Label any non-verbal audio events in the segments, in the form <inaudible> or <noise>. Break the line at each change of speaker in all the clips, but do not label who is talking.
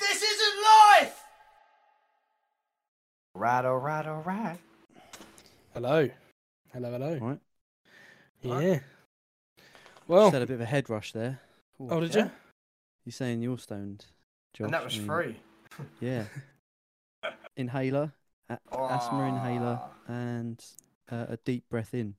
This isn't life!
Right, all right, all right.
Hello. Hello, hello.
Right.
Yeah.
Right.
Well,
Just had a bit of a head rush there. Ooh,
oh, did
yeah.
you?
You're saying you're stoned, Josh.
and that was
I mean,
free.
Yeah.
<laughs>
inhaler, a-
<laughs>
asthma inhaler,
Ah.
and uh, a deep breath in.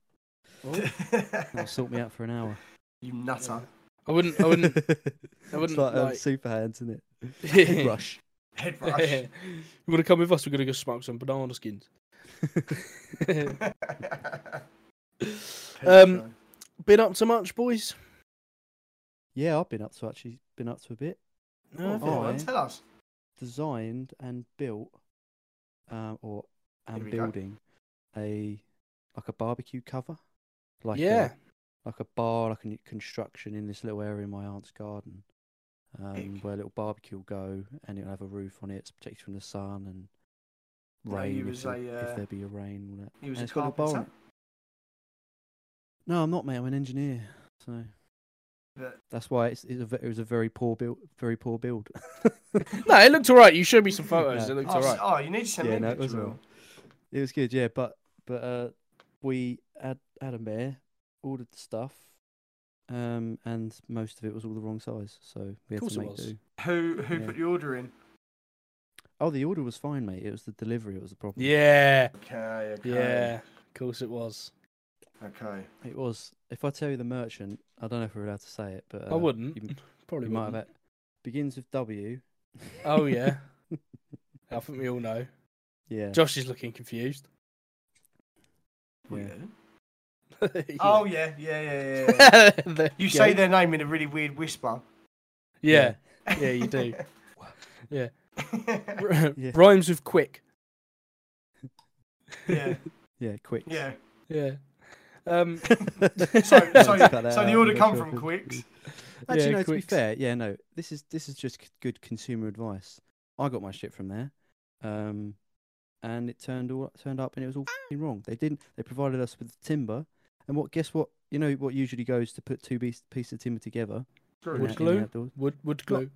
That'll sort me out for
<laughs>
an hour.
you nutter.
I wouldn't. I
<laughs>
wouldn't.
it's
wouldn't,
like, um,
like-
super hands, isn't it?
<laughs>
Yeah.
Head rush.
<laughs>
Head
you
rush.
want to come with us? We're going to go smoke some banana skins. <laughs>
<laughs>
Um, Been up to much, boys?
Yeah, I've been up to actually been up to a bit.
oh,
No,
fair
go on,
enough.
tell us.
Designed and built, uh, or and
we go.
building a like a barbecue cover, like uh, a-
yeah.
like a bar, like a new construction in this little area in my aunt's garden, um,
Ick.
where a little barbecue will go and it'll have a roof on it, it's protected from the sun and
No,
rain.
you
if
was
there-
a,
if
uh,
there be a rain, all that.
He was a
And it's got a bar on
carpenter.
it. No, I'm not, mate. I'm an engineer, so
But-
that's why it's, it's a, ve- it was a very poor build, very poor build.
No, it looked all right. You showed me some photos.
No.
It looked
Oh,
all
s-
right.
oh, you need to send
<laughs> Yeah,
me
no,
a
it was
picture.
all It was good, yeah, but but uh, we had had a mare, ordered the stuff, um, and most of it was all the wrong size, so we had
Course
to
it
make
was.
do.
Who who
Yeah.
put the order in?
Oh, the order was fine, mate. It was the delivery that was the problem.
Yeah.
Okay,
Oh.
okay.
Yeah. Of course it was.
Okay.
It was. If I tell you the merchant, I don't know if we're allowed to say it, but uh,
I wouldn't.
You, m-
Probably
you might have
wouldn't.
it. Begins with W.
Oh, yeah. I think we all know.
<laughs> yeah.
Josh is looking confused. <laughs>
Yeah.
Yeah.
<laughs>
Oh yeah, yeah, yeah, yeah.
<laughs>
yeah.
There
you
go.
say their name in a really weird whisper.
Yeah. Yeah,
<laughs>
you do. Yeah. <laughs> R-
Yeah.
Rhymes with quick.
yeah,
Yeah. Quick. <laughs>
yeah.
Yeah. Um,
<laughs> So,
Let's
so,
cut that
so the
out,
order
make
come
sure
from
it's-
Quicks.
Actually,
Yeah,
no. To be
Quicks.
fair, yeah, no. This is this is just c- good consumer advice. I got my shit from there, um, and it turned all turned up, and it was all fing wrong. They didn't. They provided us with timber, and what? Guess what? You know what usually goes to put two piece, piece of timber together.
True.
in
Wood
a- in
glue?
the outdoors.
wood, wood glue.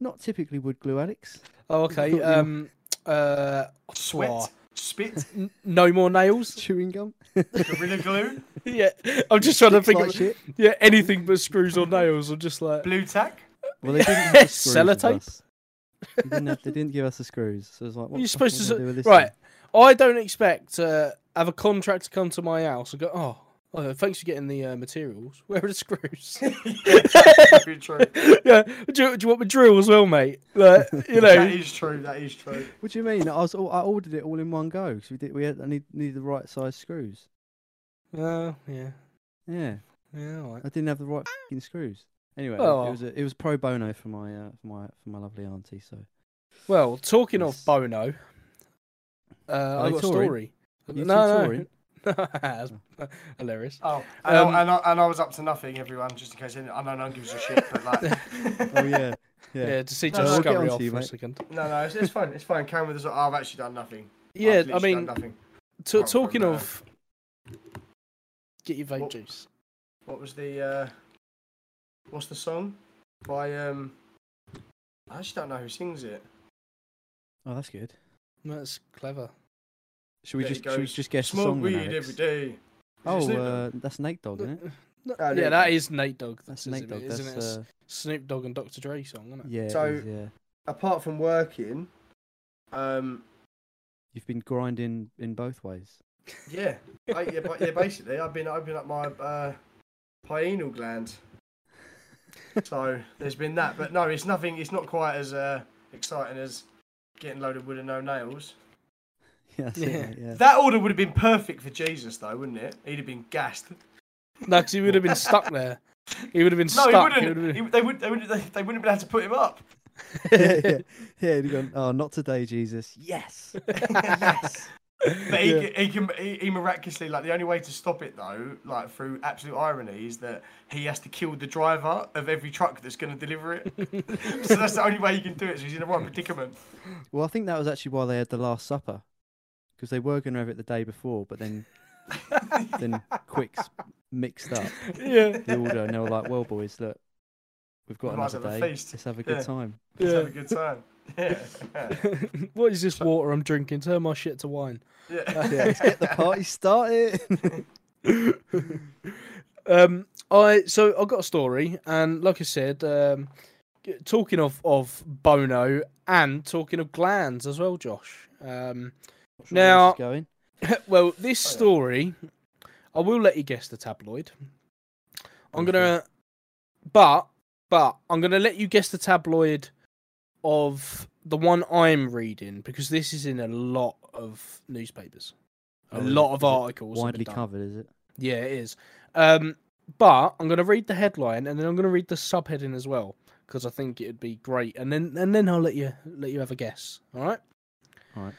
Not typically wood glue, Alex.
Oh,
thought
okay.
you-
Um, uh,
Sweat,
swah.
spit,
N- no more
<laughs>
nails. <laughs>
Chewing gum.
gorilla glue,
yeah, I'm just <laughs> trying to
Looks
think.
like
of-
shit.
yeah, anything but screws or nails. I'm just like
blue
<laughs>
tack.
Well, they
<laughs>
didn't have the screws with
Sellotape?
us. They didn't, have, they didn't give us the screws, so it's like, what
You're
the fuck am I
supposed to
gonna
s-
do with this
right.
thing?
I don't expect to have a contractor come to my house and go, "Oh, oh thanks for getting the uh, materials. <laughs> Where are the
<laughs>
screws?
Very true.
yeah, do you, do you want my drill as well, mate? Like, you
That
know,
is true. That is true.
What do you mean? I was, all- I ordered it all in one go because we did, we had, I need, needed the right size screws.
oh yeah,
Yeah,
yeah, all right.
I didn't have the right fucking screws. Anyway,
Oh.
it was a, it was pro bono for my uh, for my for my lovely auntie. So
Well, talking
Yes.
of Bono, uh, I
they
got a
Tory?
story.
You two
no, no,
Tory?
that's hilarious.
Oh, and,
Um,
I, and, I, and I was up to nothing, everyone, just in case. any- I know no one gives a shit, but
<laughs>
like,
Oh
<laughs>
yeah, yeah.
Yeah, to see
No,
Josh
no, I'll
get
scurry
onto
off
you,
for a
mate.
second.
no, no, it's, it's fine. It's fine. Came with us. I've actually done nothing. I've
Yeah, I
literally done
mean,
nothing.
t-
Can't
talking
remember.
of, get your vape
What-
juice.
What was the uh, what's the song by um? I actually don't know who sings it.
Oh, that's good.
That's clever.
Should we
There it
just should we
goes.
just guess the
Smoke
song? then,
weed
Alex?
every day. Is it
Oh,
Snoop Dogg?
uh, that's Nate Dogg, isn't it?
No,
Oh,
yeah,
Nate
that
Dogg.
is Nate Dogg.
That's
isn't
Nate Dogg.
it?
That's
Isn't it? It's
uh,
Snoop Dogg and Dr. Dre song, isn't it?
yeah. it
So-
is, yeah,
apart from working, um,
you've been grinding in both ways. <laughs>
yeah, I, yeah, but, yeah, basically, I've been opening up my uh, pineal gland. So there's been that, but no, it's nothing. It's not quite as uh, exciting as getting loaded with no nails.
yeah, that's it,
Yeah.
mate,
<laughs>
yeah. <laughs>
That order would have been perfect for Jesus, though, wouldn't it? He'd have been gassed.
No, 'cause he would have been stuck there. He would have been
No,
stuck.
he wouldn't.
would've been-
He- they would. They would. They, they wouldn't have been able to put him up.
yeah, yeah, yeah. He'd gone, oh, not today, Jesus. Yes.
<laughs>
yes.
But he,
Yeah.
ca- he can. He, he miraculously like the only way to stop it though, like through absolute irony, is that he has to kill the driver of every truck that's going to deliver it. <laughs> so that's the only way you can do it. So he's in the right predicament.
Well, I think that was actually why they had the Last Supper, because they were going to have it the day before, but then
<laughs>
then Quicks mixed up
<laughs> yeah,
the order, and they were like, "Well, boys, look, we've got
We might as
another
well have a
day.
feast."
Let's have a
<laughs>
good
Yeah.
time."
Let's have
yeah.
a good time. <laughs> Yeah.
<laughs> what is this water I'm drinking? Turn my shit to wine.
yeah.
Yeah, let's get the party started. <laughs>
um, I so I've got a story, and like I said, um, g- talking of of Bono and talking of glands as well, Josh. Um,
Not sure where
Now-
this is going.
well, this
Oh, yeah.
story, I will let you guess the tabloid. I'm
Okay.
gonna, but but I'm gonna let you guess the tabloid of the one I'm reading because this is in a lot of newspapers, a
Oh, is it-
lot of
is it
articles, have been
widely
done.
covered, is it?
Yeah, it is. Um, but I'm gonna read the headline and then I'm gonna read the subheading as well because I think it'd be great. And then and then I'll let you let you have a guess. All right.
All right.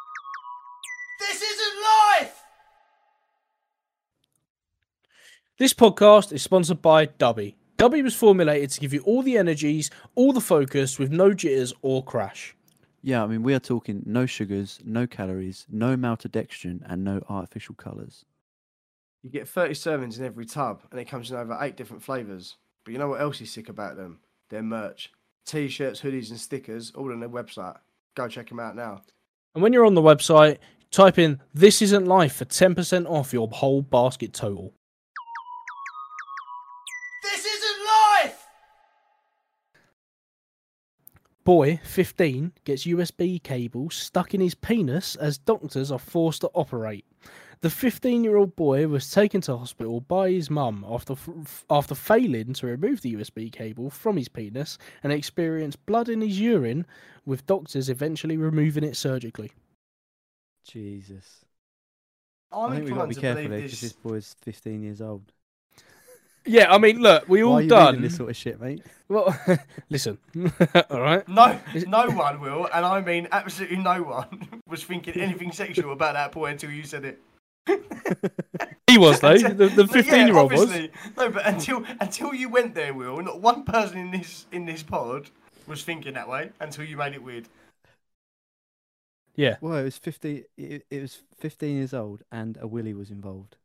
<laughs> This isn't life!
This podcast is sponsored by Dubby. Dubby was formulated to give you all the energies, all the focus, with no jitters or crash.
Yeah, I mean, we are talking no sugars, no calories, no maltodextrin, and no artificial colours.
You get 30 servings in every tub, and it comes in over eight different flavours. But you know what else is sick about them? Their merch. T shirts, hoodies, and stickers, all on their website. Go check them out now.
And when you're on the website, type in "This Isn't Life" for 10% off your whole basket total.
This isn't life!
Boy 15 gets USB cable stuck in his penis as doctors are forced to operate. The 15 year old boy was taken to hospital by his mum after, f- after failing to remove the USB cable from his penis and experienced blood in his urine, with doctors eventually removing it surgically.
Jesus.
I'm
I think we've got
inclined
to be
to
careful
believe
here because
this.
this boy's 15 years old.
Yeah, I mean, look, we
Why are
all
you reading
done.
this sort of shit, mate?
<laughs> Well, <laughs> listen, all right.
No,
Is it-
no one will, and I mean absolutely no one <laughs> was thinking anything sexual about that boy until you said it.
He was
<laughs>
though.
Until-
The
No, yeah,
15 year old was.
obviously. No, but until until you went there, Will, not one person in this in this pod was thinking that way until you made it weird. <laughs>
Yeah.
Well, it was 15. It, it was 15 years old, and a willy was involved.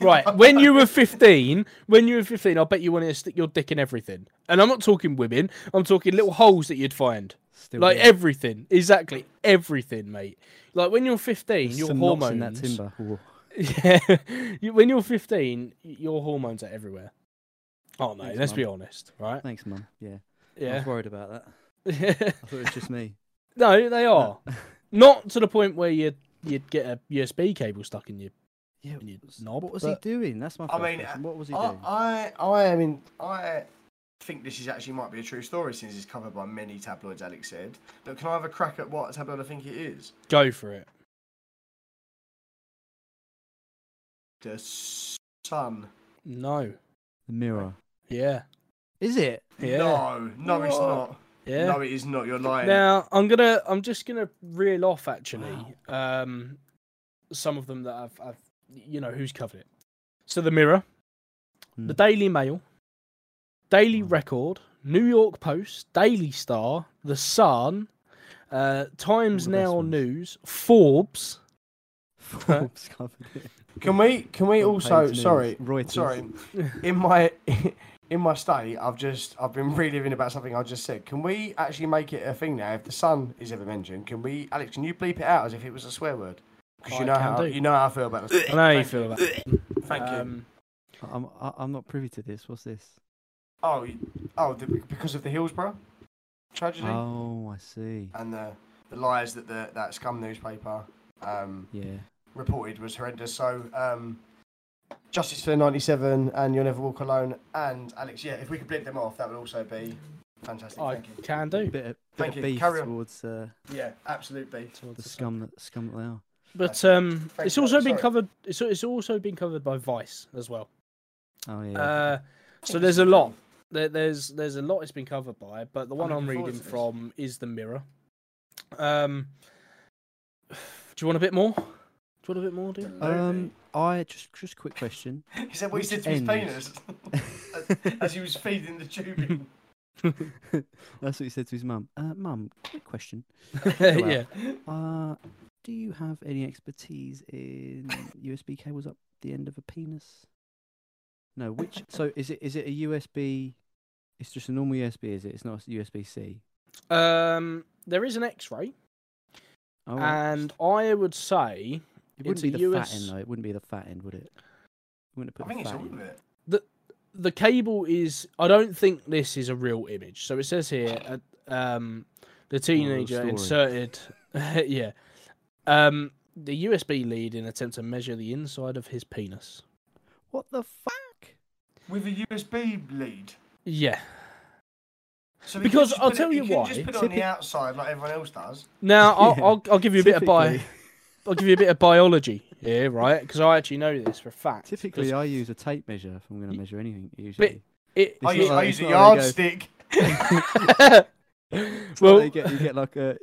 Right, when you were 15, when you were 15, I bet you wanted to stick your dick in everything. And I'm not talking women, I'm talking little holes that you'd find.
Still,
like
there.
everything, exactly, everything, mate. Like when you're 15,
There's
your
some knots
hormones.
in that timber. Whoa.
<laughs> Yeah. you- when you're 15, y- your hormones are everywhere. Oh, no,
Thanks,
let's
Mum.
be honest, right?
Thanks, mum. Yeah. I
Yeah.
was worried about that. I thought it was just me.
<laughs> no, they are.
No.
Not to the point where you'd, you'd get a USB cable stuck in your,
Yeah.
in your
s-
knob.
What was
but-
he doing? That's my
I
first
mean,
question. What was he doing?
<laughs> I, I, I am in. I think this is actually might be a true story since it's covered by many tabloids. Alex said, but can I have a crack at what tabloid I think it is?
Go for it.
The Sun.
No.
The mirror.
Yeah.
Is it?
Yeah.
No, no, it's
What?
not.
Yeah.
No, it is not. You're lying.
Now I'm gonna I'm just gonna reel off actually um some of them that I've, I've you know who's covered it. So the Mirror, the
Mm.
Daily Mail, Daily
Wow.
Record, New York Post, Daily Star, the Sun, uh, Times
the best
Now
ones.
News, Forbes.
<laughs> Forbes covered it.
Can we? Can we
Front
also?
page news.
Sorry,
Reuters.
sorry. In my <laughs> in my study, I've just I've been <laughs> reliving about something I just said. Can we actually make it a thing now? If the sun is ever mentioned, can we, Alex? Can you bleep it out as if it was a swear word? Because you
I
know
can
how
do.
you know how I feel about
I
it.
know how you feel about. It.
Thank you.
Um,
I'm I- I'm not privy to this. What's this?
Oh, you- oh, the, because of the Hillsborough tragedy
Uh-huh.
Oh, I see.
and the the lies that the that scum newspaper um,
Yeah.
reported was horrendous. So, um, Justice for 97 and You'll Never Walk Alone. And Alex, yeah, if we could blip them off, that would also be fantastic.
I
Thank you.
can do.
Bit of,
Thank
bit
you.
of beef
Carry on.
towards uh,
Yeah, absolutely.
the scum that scum that they are.
But um,
Thank
it's
you,
also been
sorry.
covered. It's, it's also been covered by Vice as well.
Oh yeah.
Uh, so there's a lot. There, there's there's a lot it's been covered by, but the one
looking
I'm,
forward
reading
to this.
from is the Mirror. Um, <sighs> do you want a bit more? Do you want a bit more, dude?
um, I just just quick question.
<laughs>
<laughs>
he said what he said
which
to his
end?
penis <laughs> as he was feeding the
<laughs>
tubing.
That's what he said to his mum. Uh, mum, quick question.
<laughs>
out.
yeah.
Uh, do you have any expertise
<laughs>
in USB cables up the end of a penis? No. Which? So is it is it a USB? It's just a normal USB, is it? It's not USB C.
Um, there is an X-ray,
Oh,
and I would say
it wouldn't be
into
the fat
US
end though. It wouldn't be the fat end, would it? You wouldn't
I
have put
think it's
the fat
all of
in.
it.
the cable is. I don't think this is a real image. So it says here, uh, um, the teenager
Oh, story.
inserted, <laughs> yeah, um, the USB lead in attempt to measure the inside of his penis.
What the fuck?
With a USB lead.
Yeah.
So he couldn't
Because
just
I'll
put
tell
it,
you
he couldn't Just
why,
put it on
typi-
the outside like everyone else does.
<laughs>
Now I'll,
Yeah,
I'll I'll give you a bit of bio. <laughs>
Typically-
I'll give you a bit of biology here, right? Because I actually know this for a fact. 'cause
Typically, I use a tape measure if I'm going
Y-
to measure anything. Usually,
it,
I
It's
use,
not like-
I
it's
use a
not like they
yardstick.
<laughs>
well,
well,
you get you get like a.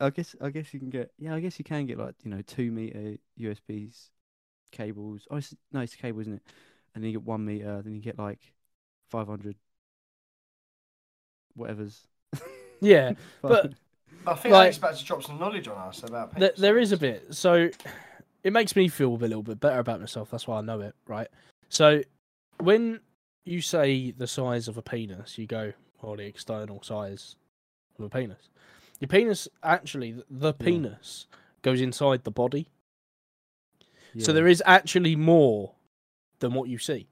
I guess I guess you can get yeah. I guess you can get like you know two meter USBs cables. Oh it's, no, it's a cable, isn't it? And then you get one meter. Then you get like five hundred. Whatever's.
yeah, But-
I think
Like-
Alex about to drop some knowledge on us about.
th- there is a
penises.
bit. So it makes me feel a little bit better about myself. That's why I know it, right? So when you say the size of a penis, you go, well, the external size of a penis. Your penis, actually, th- the
Yeah.
penis goes inside the body. So
<laughs> Yeah.
there is actually more than what you see.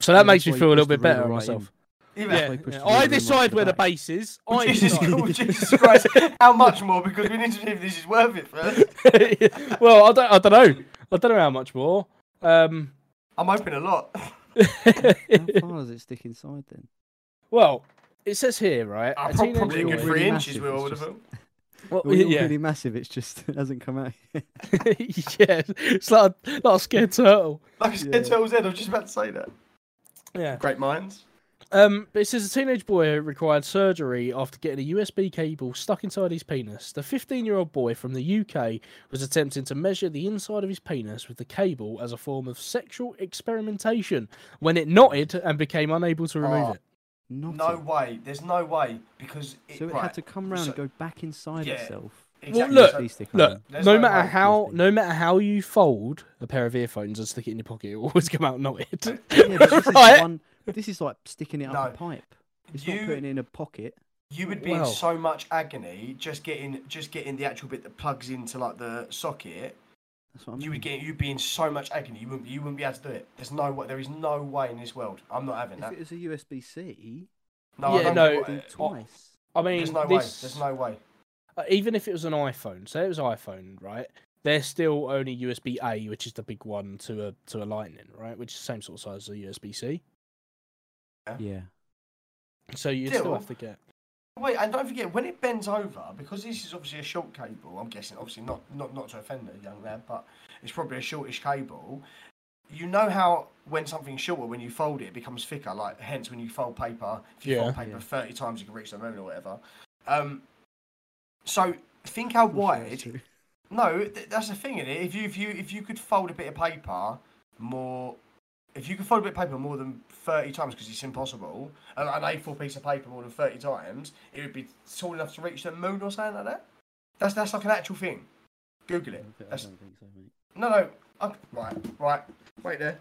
So that
Yeah,
makes
that's
me
why you
feel a little
pushed the
bit better
ruler
on
right
myself.
in.
Even-
Yeah,
why you pushed
yeah.
the ruler
I
right to the
decide where the
back.
base is. I
Jesus,
decide.
oh, Jesus Christ! <laughs> How much more? Because we need to see if this is worth it first. <laughs>
<laughs> well, I don't, I don't know. I don't know how much more. Um, <laughs>
I'm hoping a lot.
How far does it stick inside then?
well, it says here, right?
i
a
prob-
teenager
probably a good
boy-
really
three inches.
massive,
We're
it's
all
just-
about.
Well, <laughs>
Well, it's
yeah,
really massive. It's just <laughs> it hasn't come out. Yet.
yeah, it's like a, like a scared turtle.
Like I said,
Yeah.
Turtle's Head, I was just about to say that.
Yeah.
Great minds.
Um, but it says a teenage boy required surgery after getting a USB cable stuck inside his penis. The 15 year old boy from the UK was attempting to measure the inside of his penis with the cable as a form of sexual experimentation when it knotted and became unable to remove
Oh,
it.
Not
No way. There's no way because it,
So it
right.
had to come round
So-
and go back inside
Yeah.
itself.
Well,
Exactly.
look,
so-
USB stick on
Look,
it.
There's
no
no
matter
way.
how,
Excuse me.
no matter how you fold a pair of earphones and stick it in your pocket, it will always <laughs> come out knotted.
Yeah,
<laughs>
but this,
Right?
is one, this is like sticking it up a
No.
pipe. It's
You-
not putting it in a pocket.
you would be
Wow.
in so much agony just getting just getting the actual bit that plugs into like the socket.
That's what I mean.
You would get you'd be in so much agony. You wouldn't you wouldn't be able to do it. There's no way. There is no way in this world. I'm not having
If
that.
it was a USB C,
No,
Yeah,
I don't
no,
know
do
what-
twice.
I mean,
There's no way.
this,
There's no way.
uh, even if it was an iPhone, say it was iPhone, right? They're still only USB A, which is the big one to a to a Lightning, right? Which is the same sort of size as a USB C.
Yeah.
So you
Still.
still have to get.
Wait, and don't forget when it bends over because this is obviously a short cable. I'm guessing, obviously not not not to offend the young lad, but it's probably a shortish cable. You know how when something's shorter, when you fold it, it becomes thicker. Like hence, when you fold paper, if you
Yeah.
fold paper
Yeah.
thirty times, you can reach the moon or whatever. Um, so think how
<laughs>
wide no, th- that's the thing in it. If you if you if you could fold a bit of paper more, if you could fold a bit of paper more than thirty times, because it's impossible, an, an A4 piece of paper more than thirty times, it would be tall enough to reach the moon or something like that. That's that's like an actual thing. Google it.
I don't
That's,
think so, mate.
no, no. i right, right. Wait there.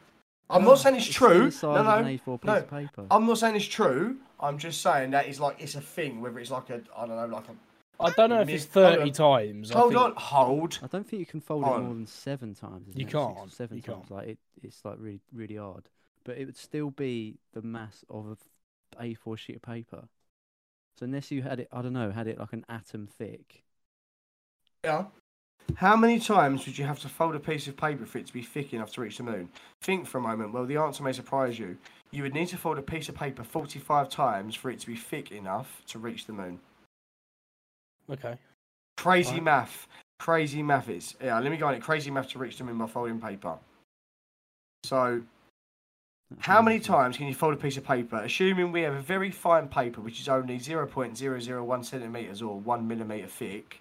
I'm not saying it's
still the
true.
size
No,
of an
no.
A4 piece
no.
of paper.
I'm not saying it's true. I'm just saying that it's like it's a thing. Whether it's like a I don't know, like a
I don't know if it's
Hold on.
thirty times. I
hold
think-
on, hold.
I don't think you can fold
Hold
it
on.
more than seven times. isn't
You
it? Six or
can't,
seven
you
times.
can't.
Like it, it's like really, really hard. But it would still be the mass of a f- A4 sheet of paper. So unless you had it, I don't know, had it like an atom thick.
Yeah. How many times would you have to fold a piece of paper for it to be thick enough to reach the moon? Think for a moment. Well, the answer may surprise you. You would need to fold a piece of paper 45 times for it to be thick enough to reach the moon. <laughs>
Okay.
Crazy
Right.
math. Crazy math is. Yeah, let me go on it. Crazy math to reach the moon by folding paper. So,
That's
how many
amazing.
times can you fold a piece of paper? Assuming we have a very fine paper, which is only 0.001 centimeters or one millimeter thick,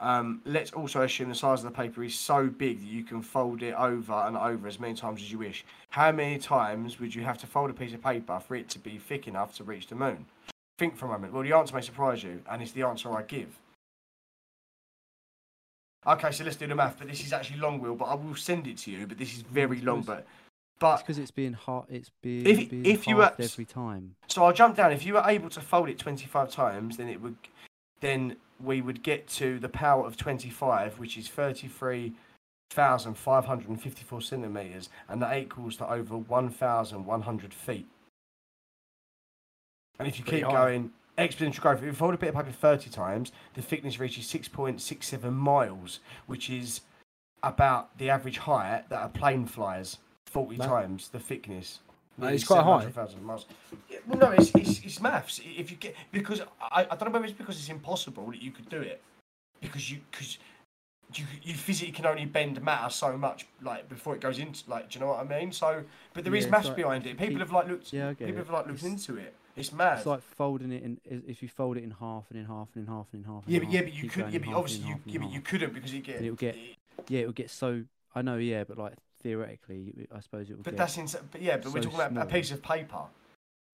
um, let's also assume the size of the paper is so big that you can fold it over and over as many times as you wish. How many times would you have to fold a piece of paper for it to be thick enough to reach the moon? Think for a moment. Well, the answer may surprise you, and it's the answer I give. Okay, so let's do the math, but this is actually long, Will, but I will send it to you, but this is very long,
suppose-
but
It's
But
because it's being hard. It's being
If-
being
if you
halved
were-
every time.
so I'll jump down. If you were able to fold it 25 times, then it would, then we would get to the power of 25, which is 33,554 centimeters, and that equals to over 1,100 feet. And if you
Pretty
keep
high.
going exponential growth, if you fold a bit of paper 30 times, the thickness reaches 6.67 miles, which is about the average height that a plane flies 40
That-
times the thickness.
That
Nearly
is quite high.
700,000 miles. Yeah, well, no, it's, it's, it's maths. If you get because I, I don't know whether it's because it's impossible that you could do it because you because you you physically can only bend matter so much like before it goes into like do you know what I mean? So but there is
Yeah, it's
maths
like-
behind it. People
it-
have like looked
Yeah, I get
people
it.
have like looked
It's-
into it. It's mad.
It's like folding it in. i- If you fold it in half and in half and in half and in half. and
yeah,
in
but yeah,
half,
but you
keep
could
going
yeah,
in
but
half and
obviously
in
you
half and
yeah,
in
but you
half.
couldn't because you get
And it'll get- yeah, it would get so. I know, yeah, but like theoretically, it- I suppose it would.
But
get,
that's insane. But yeah, but we're
so
talking about a
small.
piece of paper.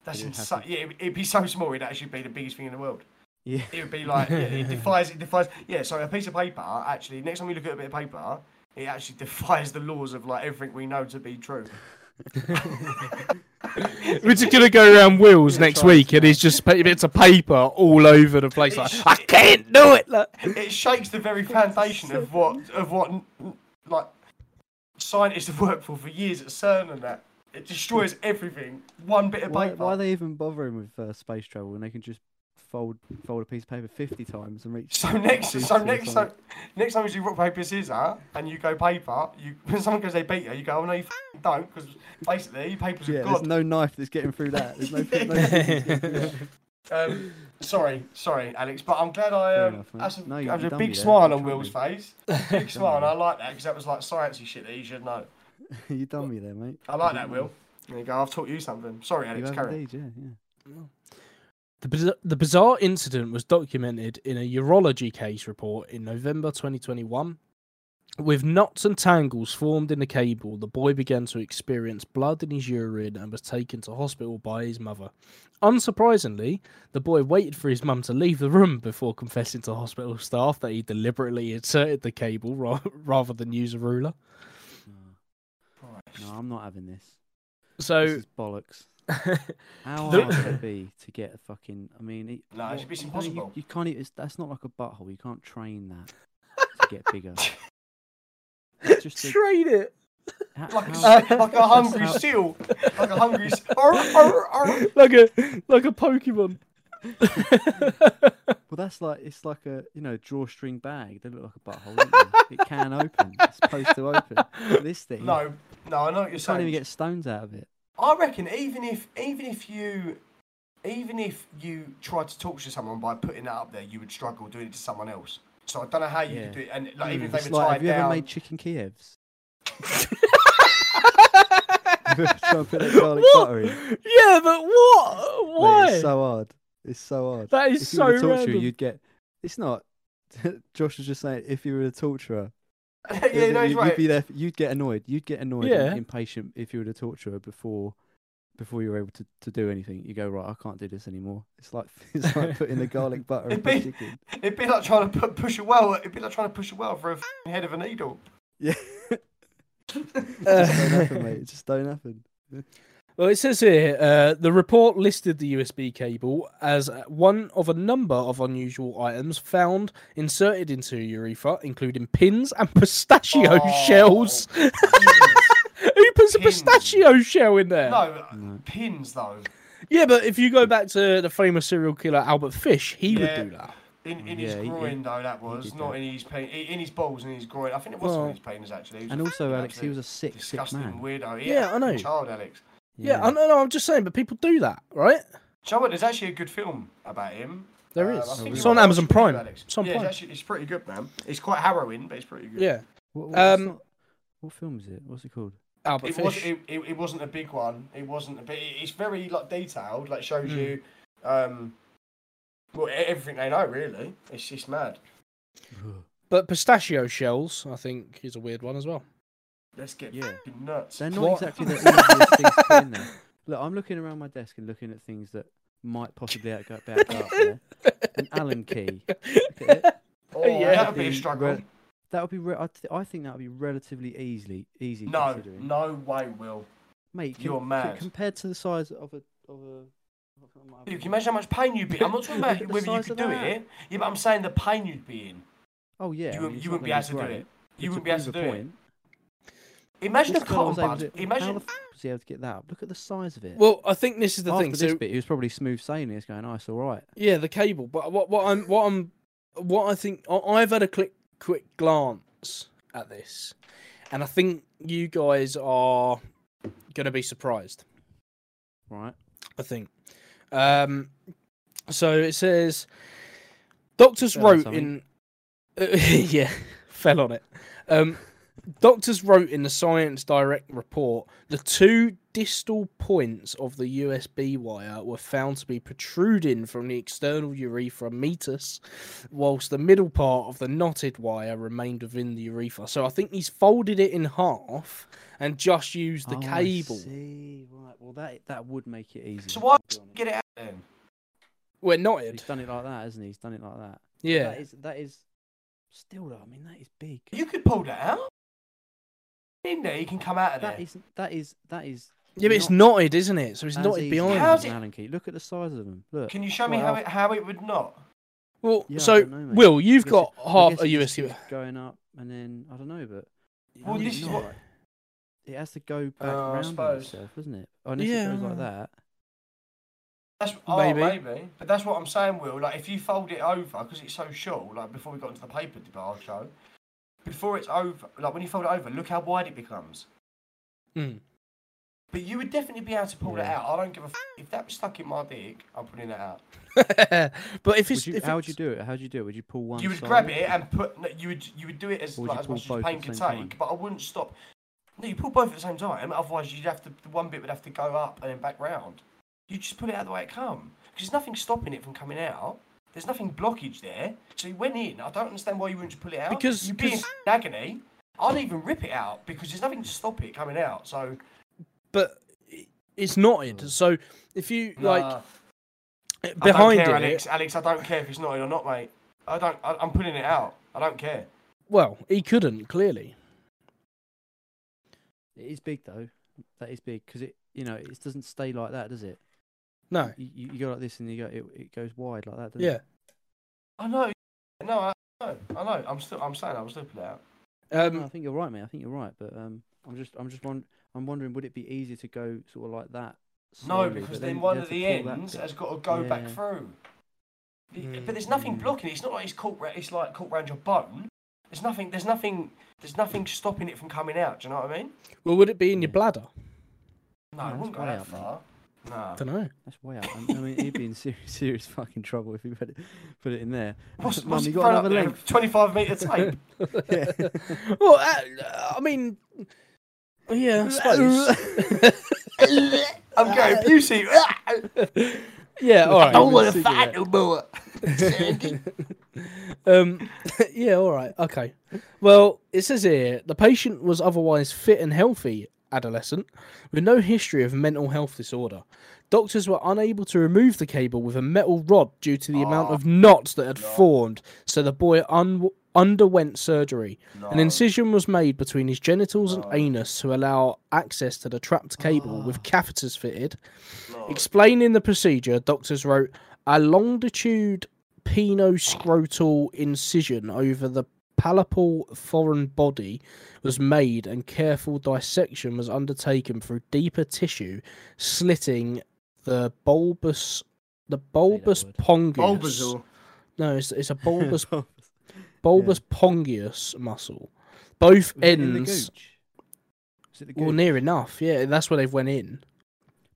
That's
It would have
insane.
to-
Yeah, it- it'd be so small it'd actually be the biggest thing in the world.
<laughs> yeah.
It would be like yeah,
<laughs>
it defies it defies yeah. So a piece of paper actually. Next time you look at a bit of paper, it actually <laughs> defies the laws of like everything we know to be true.
We're just gonna go around Will's
Yeah,
next
try it
week, and
tomorrow.
it's just pa- bits of paper all over the place. Like,
It's-
I can't do it. Look.
It shakes the very foundation of what of what like scientists have worked for for years at CERN and that. It destroys everything. One bit of
Why,
paper.
why are they even bothering with uh, space travel when they can just fold fold a piece of paper fifty times and reach?
So next,
reach
so
to
next, so
something?
next time you do rock paper scissors and you go paper, you <laughs> when someone goes they beat you, you go oh no you f***ing don't because basically paper's a
yeah,
god.
there's no knife that's getting through that.
<laughs>
There's no. fi-
Yeah.
no <laughs> knife that's getting through that.
Um, sorry, sorry, Alex, but I'm glad I
Fair
um,
enough, mate.
that's a,
No, you-
that was
you
a
done
big
me there.
smile
You
on
done
Will's
me. <laughs>
face. Big smile, and I
me.
like that because that was like sciencey shit that you should know.
you done me there, mate.
I like that, Will. There you go. I've taught you something. Sorry,
You
Alex.
have
Carry. on.
indeed, yeah, yeah.
The, biz- the bizarre incident was documented in a urology case report in November 2021. With knots and tangles formed in the cable, the boy began to experience blood in his urine and was taken to hospital by his mother. Unsurprisingly, the boy waited for his mum to leave the room before confessing to hospital staff that he deliberately inserted the cable ra- rather than use a ruler.
No,
Christ.
no, I'm not having this. This
So,
is bollocks. How
The-
hard would it be to get a fucking? I mean, it,
No, it's- it's
what- I mean, you-
impossible.
You, can't. e- It's, that's not like a butthole. You can't train that
<laughs>
to get bigger. It's just
<laughs>
a,
train it.
how, <laughs>
Like a,
how-
s- like a hungry
how-
seal. Like a hungry. s- <laughs> Arr, arr, arr.
like a like a Pokemon. <laughs>
well, that's like it's like a you know drawstring bag. They look like a butthole. Don't they? it can open. It's supposed to open. But This thing.
No, no, I know what you're
You can't
saying.
even get stones out of it.
I reckon even if even if you even if you tried to torture someone by putting that up there, you would struggle doing it to someone else. So I don't know how you
Yeah. Mm.
could do it, and like, even if
It's
they were
like,
tied
have you
down.
ever made chicken Kievs? <laughs> Try and put that garlic butter in. Mate,
Yeah, but what? Why?
it's so hard. It's so hard.
that is
if
so
you were a torturer,
random.
you'd get. It's not. <laughs> Josh was just saying, if you were a torturer,
<laughs> yeah, no,
you,
he's
would
right.
be there. You'd get annoyed. You'd get annoyed
Yeah.
and impatient if you were a torturer before, before you were able to, to do anything. You go right. I can't do this anymore. It's like <laughs> it's like putting the garlic butter in
It'd
the
be-
chicken.
It'd be like trying to put, push a well. It'd be like trying to push a well for a f***ing head of a needle.
<laughs> Yeah. it just don't <laughs> happen, mate. It just don't happen.
<laughs> Well, it says here uh, the report listed the USB cable as one of a number of unusual items found inserted into urethra, including pins and pistachio
Oh,
shells. <laughs> Who puts a
Pins.
pistachio shell in there?
No,
No.
pins though.
Yeah, but if you go back to the famous serial killer Albert Fish, he
Yeah.
would do that.
In, in
Yeah,
his
he- he-
groin though, that
he
was
did
not
that.
in his pain. In his balls and his groin. I think it was
Well,
in his penis actually. He was
And
a
also,
f***ing
Alex, he was a
absolute
sick, sick
disgusting
man.
weirdo. He
Yeah,
had
I know.
a Child, Alex.
Yeah, I know. No, I'm just saying, but people do that, right?
So what, there's actually a good film about him.
There
Uh,
is.
I think
It's
you
on
might
Amazon
watch it,
Prime.
Alex.
It's on
yeah,
Prime.
It's, actually, it's pretty good, man. It's quite harrowing, but it's pretty good.
Yeah,
What, what- it's
Um,
not- what film is it? What's it
<sighs>
called?
Albert
It, was,
Fish.
it, it, it wasn't a big one. It wasn't a big. It's very like detailed. Like shows
Hmm.
you, um, well e- everything they know really. It's just mad.
But pistachio shells, I think, is a weird one as <laughs> well.
Let's get
Yeah.
f***ing nuts.
They're not
What?
exactly the easiest things to put
<laughs>
in there. Look, I'm looking around my desk and looking at things that might possibly out- go- be out go up there.
<laughs>
An Allen key. Look at it.
Oh,
Yeah.
that would be a
The
struggle.
re- That would be. Re- I, th- I think that would be relatively easily easy.
no,
considering.
no way, Will.
mate.
You're
com-
mad.
Compared to the size of a of a.
You can imagine how much pain you'd be. I'm not talking about
Look at <laughs> the
whether you
size
could
of
do it.
that.
Yeah, but I'm saying the pain you'd be in.
Oh yeah, I
you
mean,
wouldn't-
it's
you
not
wouldn't be
gonna
able to do
great,
it.
but
You
to
wouldn't be able to
prove
do
a
it.
point,
Imagine a
this fella was
cotton
able
bud.
to- How
Imagine. Ah!
the f- was he able to get that? Look at the size of it.
Well, I think this is the
After
thing.
this
So
bit, he was probably smooth sailing. He's going, "Oh, it's all right."
yeah, the cable. But what what I'm what I'm what I think I, I've had a quick quick glance at this, and I think you guys are going to be surprised.
Right.
I think. Um, so it says doctors
Fell on
wrote in. <laughs>
something.
yeah, fell on it. Um, doctors wrote in the Science Direct report the two distal points of the USB wire were found to be protruding from the external urethra metus, whilst the middle part of the knotted wire remained within the urethra. So I think he's folded it in half and just used the
Oh, I
cable.
see. Right. Well, that that would make it easy.
So why
to be honest.
get it out then?
Well, knotted.
He's done it like that, hasn't he? He's done it like that.
Yeah.
That is that is still though. I mean, that is big.
You could pull that out. In there, you can come out of
That
there.
is that is that is.
Yeah, but it's knotted, isn't it? So it's
as
knotted
easy
behind.
How
as
us.
do-
an Allen key. Look at the size of them. Look.
Can you show me
Well,
how it, how it would not?
Well,
Yeah, I
so
don't know, mate.
Will, you've
I guess
got
it- I
half
guess
a
it just
USB.
keeps going up, and then I don't know, but
Well,
how
this
do
is
you
what.
not? it has to go back
Oh, I
around on
suppose.
itself, doesn't it? Oh, unless
Uh, Yeah,
it goes
uh,
like that.
That's, oh,
Maybe.
maybe. But that's what I'm saying, Will. Like, if you fold it over, because it's so short, like, before we got into the paper debar show, before it's over, like, when you fold it over, look how wide it becomes.
Mm.
But you would definitely be able to pull that
Yeah.
out. I don't give a f- if that was stuck in my dick. I'm putting that out.
Hmm. <laughs> but if it's
Would you,
if
how would you
it's-
do it? How would you do it? Would you pull one?
you would
side?
grab it and put. no, You would you would do it as
Or would
like,
you
as
pull
much
both
as
at
pain
the
could
same
take,
time?
but I wouldn't stop. No, you pull both at the same time. Otherwise, you'd have to the one bit would have to go up and then back round. You just pull it out the way it come because there's nothing stopping it from coming out. There's nothing blockage there. So you went in. I don't understand why you wouldn't just pull it out.
Because-
you'd be in
'cause-
agony. I'd even rip it out because there's nothing to stop it coming out. So
But i- it's
Oh.
knotted. So if you like
nah, I
behind
don't care,
it,
Alex. Alex, I don't care if it's knotted or not, mate. I don't. I, I'm pulling it out. I don't care.
well, he couldn't clearly.
It is big though. That is big because it, you know, it doesn't stay like that, does it?
No.
You, you, you go like this and you go, it, it goes wide like that. Doesn't
Yeah.
It?
I know. No, I know. I know. I'm still. I'm saying. I'm still pulling it out.
No, I
Um.
think you're right, mate. I think you're right, but um, I'm just, I'm just won- I'm wondering, would it be easier to go sort of like that?
No,
slowly, but
because
then
then
you'd
one
have
of
to
the
pull that
ends
bit?
has got to go back
Yeah.
through. It- But there's
Mm,
nothing
yeah.
blocking it. It's not like it's caught. Ra- it's like caught round your bone. There's nothing. There's nothing. There's nothing stopping it from coming out. Do you know what I mean?
Well, would it be in your
Yeah.
bladder?
No,
Yeah,
it
that's
wouldn't go
way
that
up, mate.
far. No.
don't know.
That's way out. I I mean, he'd be in serious, <laughs> serious fucking trouble if he put it, put it in there.
What's,
Mum,
what's
you
you
got
got
another
another
link?
Twenty-five meter
<laughs>
tape.
<laughs> Yeah.
<laughs> Well, uh, I mean, yeah, I
<laughs>
suppose.
I'm going abusive.
yeah. All
I
right.
don't want to fight
Cigarette.
no
<laughs>
more.
um, <laughs> yeah, all right, okay. Well, it says here the patient was otherwise fit and healthy adolescent with no history of mental health disorder. Doctors were unable to remove the cable with a metal rod due to the amount
Ah,
of knots that had
no.
formed, so the boy un- underwent surgery. An
No.
incision was made between his genitals
No.
and anus to allow access to the trapped cable with
Ah.
catheters fitted.
No.
Explaining the procedure, doctors wrote a longitude penoscrotal incision over the palpal foreign body was made and careful dissection was undertaken through deeper tissue slitting the bulbous the bulbous
word.
pongus
Bulbasaur.
no it's, it's a
<laughs>
bulbous
Was
bulbous pongus muscle both
it in the
ends
gooch? Was it the
well
gooch?
near enough yeah that's where they've went in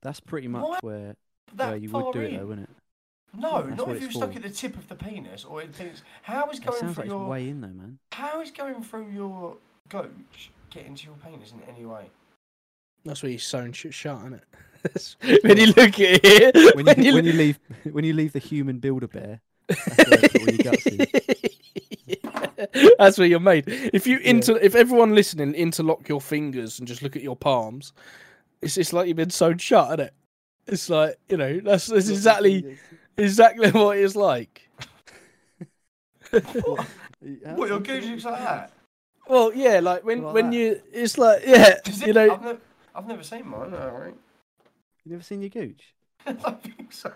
That's pretty much
Why
where,
That
where you
far
would do it
in.
though, wouldn't it?
No,
That's
not
what
if
it's
you're stuck
for.
at the tip of the penis or in things. How is
It
going
sounds
through
like
your
it's way in though, man.
how is going through your gooch getting to your penis in any way?
that's where you're sewn shit shut isn't it <laughs> when you look at <laughs> it
When you,
look-
when you leave, when you leave the human builder
<laughs>
bear, that's where, that's where your guts is.
<laughs> That's where you're made. If you inter, if everyone listening interlock your fingers and just look at your palms, it's it's like you've been sewn shut, isn't it? It's like you know that's that's exactly exactly <laughs> what it's like.
What? What your gooch looks like that?
Well, yeah, like when
Like
when
that.
you it's like yeah,
'Cause <laughs>
you
it-
know
I've never, I've never seen mine. All right. <laughs>
You never seen your gooch?
I don't think so.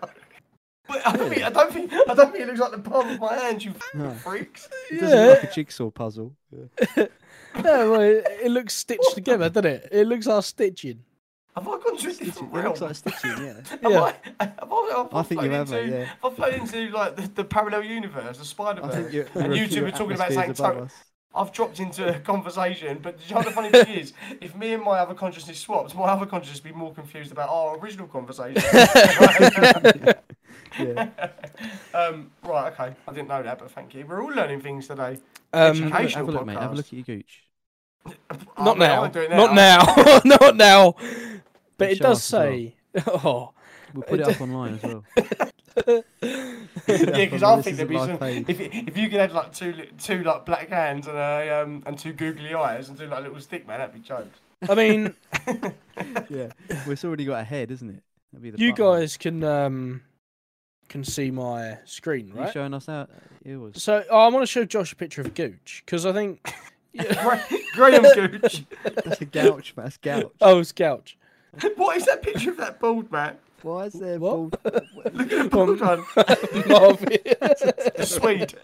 Wait, I, don't think, I don't think I don't think it looks like the palm of my hand. You
No.
<laughs> freaks.
It doesn't look like a
<laughs>
jigsaw puzzle.
Yeah, well, it, it looks stitched together, doesn't it? It looks like stitching.
Have I gone to a
Stitching.
different
It
realm?
looks like stitching,
<laughs>
yeah.
Am
Yeah.
I, have I, have
I think you
flown
have,
into,
yeah.
I've played into like the, the parallel universe, the Spider
I think
Verse.
you're,
And
you're-
you two
your
were talking about
atmosphere's
something
above us.
I've dropped into a conversation, but do you know what the funny thing
<laughs>
is? If me and my other consciousness swapped, my other consciousness would be more confused about our original
<laughs>
conversation.
Yeah.
<laughs> um, right, okay. I didn't know that, but thank you. We're all learning things today.
Um,
Have a look-
Occasional
have a look, mate. Have a
podcast.
look at your gooch.
Oh,
not
mate, I
now.
won't do it
Not <laughs> now. Not now. But
And
it
show
does
us as well.
say. <laughs> Oh.
We'll put it up online as
<laughs>
well.
<laughs> yeah, because I think there'd be some.
Page.
<laughs> If, if you could have like two li- two like black hands and a um and two googly eyes and do like a little stick man, that'd be jokes.
I mean,
Yeah, well, it's already got a head, isn't it? That'd be the
you
button.
guys can um can see my screen,
Are you
right?
showing us out?
<laughs>
It was.
So oh, I want to show Josh a picture of Gooch because I think.
Gra-
<laughs>
Graham Gooch.
That's a gouch, man. That's gouch.
Oh, it's Gouch.
What is that picture of that bald man?
Why is there
What? <laughs>
bald- <laughs>
Look at the bald one.
Marvin.
The Swede.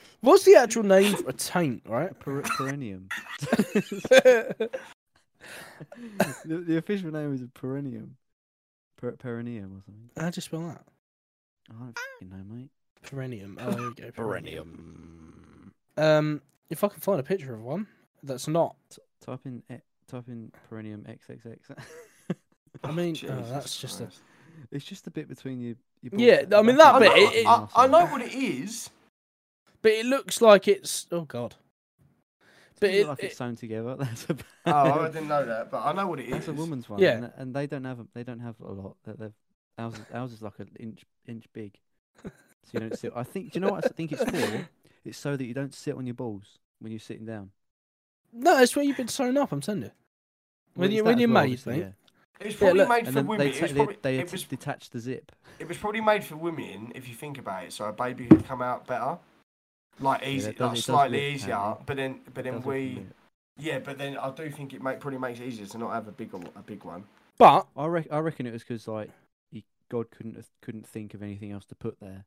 <laughs> What's the actual name for a taint,
<laughs>
right?
per- perennium? the, the official name is a perennium. Per- perennium or something.
How do you spell that?
I don't fucking know, mate.
Perennium. Oh, there you go. Perennium. Um, if I can find a picture of one that's not.
Type in e- type in perennium XXX.
I mean, oh,
Jesus
that's just a.
Christ.
<laughs> it's just the bit between your. your
Yeah,
ballsack
I
and
mean,
back
I
that
know,
of
bit,
your
it- it-
I,
arse,
I
mate.
know what it is.
But it looks like it's. Oh God.
It's
but
not
it-
like
it-
it's sewn together. <laughs> That's a.
Oh, I didn't know that, but I know what it is.
<laughs> That's a woman's one.
Yeah.
and, and they don't have a, they don't have a lot. That they've ours is, ours is like an inch inch big. So you don't sit. I think. Do you know what I think
<laughs>
it's for? It's so that you don't sit on your balls when you're sitting down.
No, it's where you've been sewn up. I'm telling you.
Well,
When
it's
you
that
when
as
you're
well,
made,
obviously,
mate.
yeah.
It was probably
look,
made
And
for
then
women.
they
It
ta-
was,
they,
probably,
they
it,
att-
was,
detach the zip.
it was probably made for women, if you think about it, so a baby could come out better. Like
that
easy,
does- it
like
does
slightly
lift,
easier,
apparently.
but then, but
Does
then
often
we,
do it.
yeah, but then I do think it make, probably makes it easier to not have a big, one- a big one.
But
I reckon. I reckon it was because like he, God couldn't have- couldn't think of anything else to put
<laughs>
there.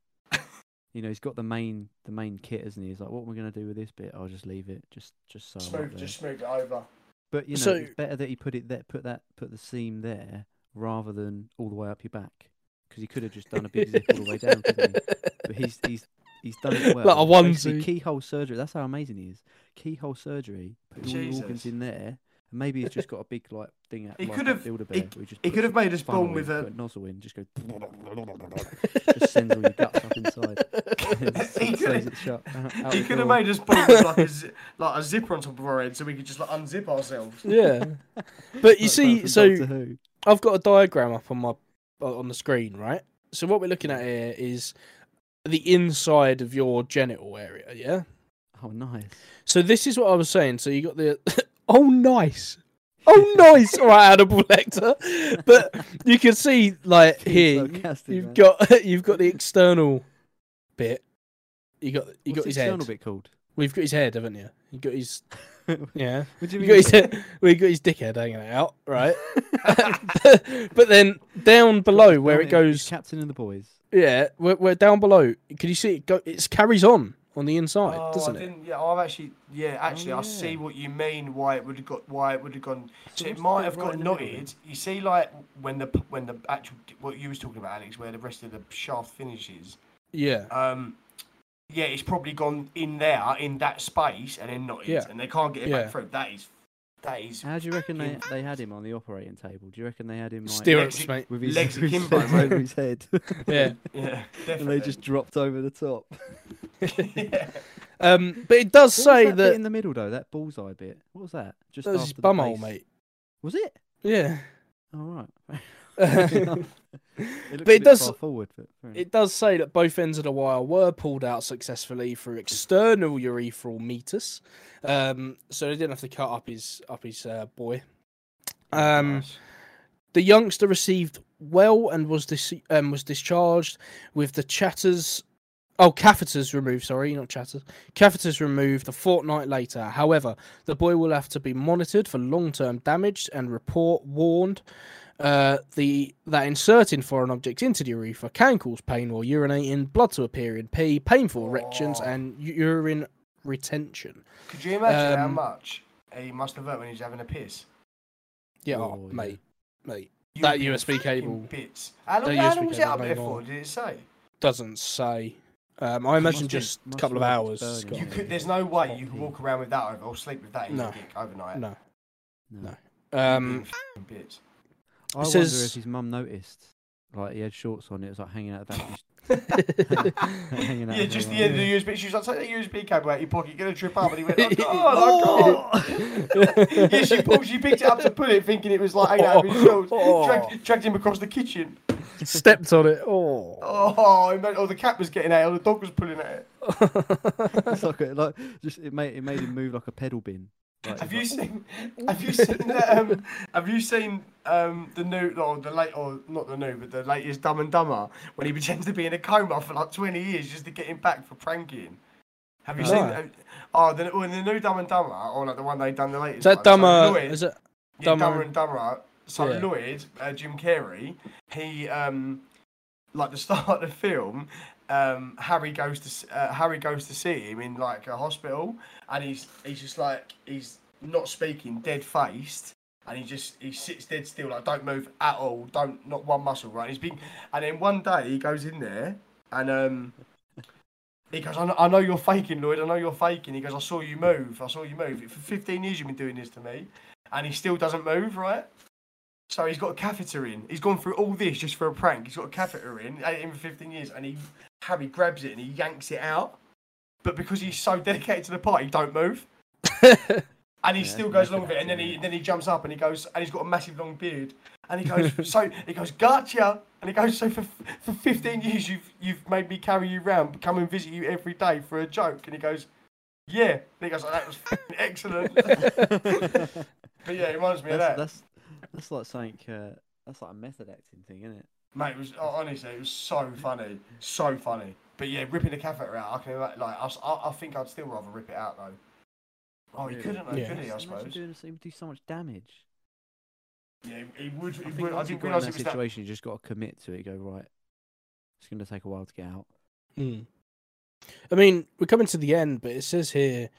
You know, he's got the main the main kit, isn't he? He's like, what am I gonna do with this bit? I'll just leave it. Just just so. I'm up
Smooth,
there."
just smooth it over.
But you know,
So-
it's better that he put it there, put that, put the seam there rather than all the way up your back, because he could have just done a big zip all the way down. Couldn't he? But he's he's he's
<laughs>
done it well.
Like a
Basically,
onesie.
keyhole surgery. That's how amazing he is. Keyhole surgery. Put all the
Jesus.
organs in there. And maybe he's just got a big like thing out.
He
like
could
a
have-
Build a bear.
he- He could have made us born with
a,
a.
put a nozzle
<laughs>
in. Just go. <laughs>
<laughs>
just sends all your guts up inside.
He
he
could
could
have-
it shut. out- out
He
the
could have
door.
made us born with like a, zi- like a zipper on top of our head, so we could just like unzip ourselves.
yeah. But you
Like that
see,
from
so
Doctor Who.
I've got a diagram up on my uh, on the screen, right? So what we're looking at here is the inside of your genital area, yeah?
Oh, nice.
So this is what I was saying. So you got the <laughs> oh nice.
<laughs>
Oh nice. All right, Hannibal Lecter. But you can see like
Fucking
here you-
sarcastic,
you've
man.
got <laughs> you've got the external bit. You got you
What's
got his
the
head.
external bit called?
We've got his head, haven't you? You got
<laughs>
his yeah.
What do
You got his head, we got his dickhead hanging out, right? <laughs> but then down below where it goes,
Captain and the boys.
yeah, where, where down below, can you see it go? It carries on on the inside,
Oh,
doesn't
I
it?
didn't. Yeah, I've actually. Yeah, actually, I see
yeah.
what you mean. Why it would have got. Why it would have gone. So it
what's the
might
bit
have
right
got
in the middle then?
knotted. You see, like when the p- when the actual d- what you was talking about, Alex, where the rest of the shaft finishes.
Yeah.
Um, yeah, it's probably gone in there in that space and then knotted,
Yeah.
and they can't get it
Yeah.
back through. That is, that
<laughs>
is
How do you reckon they,
Fucking-
they had him on the operating table? Do you reckon they had him like,
Stirrups,
Lexi-
mate.
with his,
legs
<laughs> with his
akimbo,
legs
mate.
over his head,
Yeah.
yeah,
and
definitely.
they just dropped over the top?
<laughs>
What
yeah.
Um, but it does
was
say
that, bit
that
in the middle though, that bullseye bit. What was that? Just
that was his
after the
bumhole,
base-
mate.
Was it?
Yeah.
All right. <laughs>
<laughs> it
it,
it does-
does forward, but fair enough.
does say that both ends of the wire were pulled out successfully through external urethral meatus, um, so they didn't have to cut up his up his uh, boy. Um,
Nice.
The youngster received well and was dis- um, was discharged with the chatters Oh, catheters removed, sorry, not chatters. Catheters removed a fortnight later. However, the boy will have to be monitored for long term damage and report warned uh, the that inserting foreign objects into the urethra can cause pain or urinating, blood to appear in pee, painful erections,
Oh.
and u- urine retention.
Could you imagine how
Um,
much he must have hurt when he's having a piss?
Yeah,
Oh, yeah.
mate. Mate.
You
That
would be
USB
fucking
cable.
Bits. How long,
That
how
USB
long was it
cable
up there
made
for?
more.
Did it say?
Doesn't say. Um, I imagine
be-
just a
must
couple of
be like
hours.
burning.
Scott.
You
Yeah.
could. There's no way you could
Fucking-
walk around with that over or sleep with that in
No.
your dick overnight.
No.
No.
Um,
Fucking bits.
I wonder
says-
if his mum noticed. Like he had shorts on, it was like hanging out the back. of his-
<laughs>
<laughs> hanging out
Yeah,
of
just the
her
end of
arm.
the USB. She was like, take the USB cable out of your pocket, you're going to trip up. And he went, oh, God,
<laughs>
oh, God. <laughs> yeah, she, pulled, she picked it up to put it, thinking it was like hanging out of his shorts.
Oh.
Dragged, dragged him across the kitchen.
Stepped on it. Oh.
Oh, and then- oh, the cat was getting out, or the dog was pulling at it.
it's like, a, like just it made it made him move like a pedal bin. Like,
Have
he's
you
<laughs>
seen? Have you seen that? Um, have you seen um, the new or the late or not the new, but the latest Dumb and Dumber when he pretends to be in a coma for like twenty years just to get him back for pranking? Have you seen?
No.
that? Oh, the, well, the new Dumb and Dumber, or like the one they done the latest.
Is that
one, so
dumber?
Lloyd-
uh, Is it?
yeah,
Dumber
Dumber,
and-
and Dumberer. So
Yeah.
Lloyd, uh, Jim Carrey, he um, like the <laughs> start of the film, um, Harry goes to s- uh, Harry goes to see him in like a hospital, and he's he's just like he's not speaking, dead faced, and he just he sits dead still, like don't move at all, don't not one muscle, right? He's been, and then one day he goes in there and um. He goes, I know, I know you're faking, Lloyd. I know you're faking. He goes, I saw you move. I saw you move. For 15 years, you've been doing this to me and he still doesn't move, right? So he's got a catheter in. He's gone through all this just for a prank. He's got a catheter in, had it in for 15 years, and he Harry grabs it and he yanks it out. But because he's so dedicated to the part, he don't move, and he
Yeah,
still
you
goes
can
along with it. And then
actually-
he then he jumps up and he goes, and he's got a massive long beard, and
<laughs>
he goes, so he goes, gotcha, and he goes, so for for 15 years you've you've made me carry you round, come and visit you every day for a joke, and he goes, yeah, and he goes, oh, that
<laughs>
was f***ing excellent.
that's,
but yeah, it reminds me of that.
that's that's like something. Uh, that's like a method acting thing, isn't it?
Mate, it was oh, honestly, it was so funny, so funny. But yeah, ripping the catheter out, I can ima- like, I, s- I- I think I'd still rather rip it out though. Oh, he
Really?
couldn't though,
Yeah.
could he? I
Imagine
suppose.
Doing, so- he would do so much damage.
Yeah, he would. He
I
would
think
I
once you
didn't
got in
realise
that
it was that.
situation, you just got to commit to it. Go right. It's going to take a while to get out.
Hmm. I mean, we're coming to the end, but it says here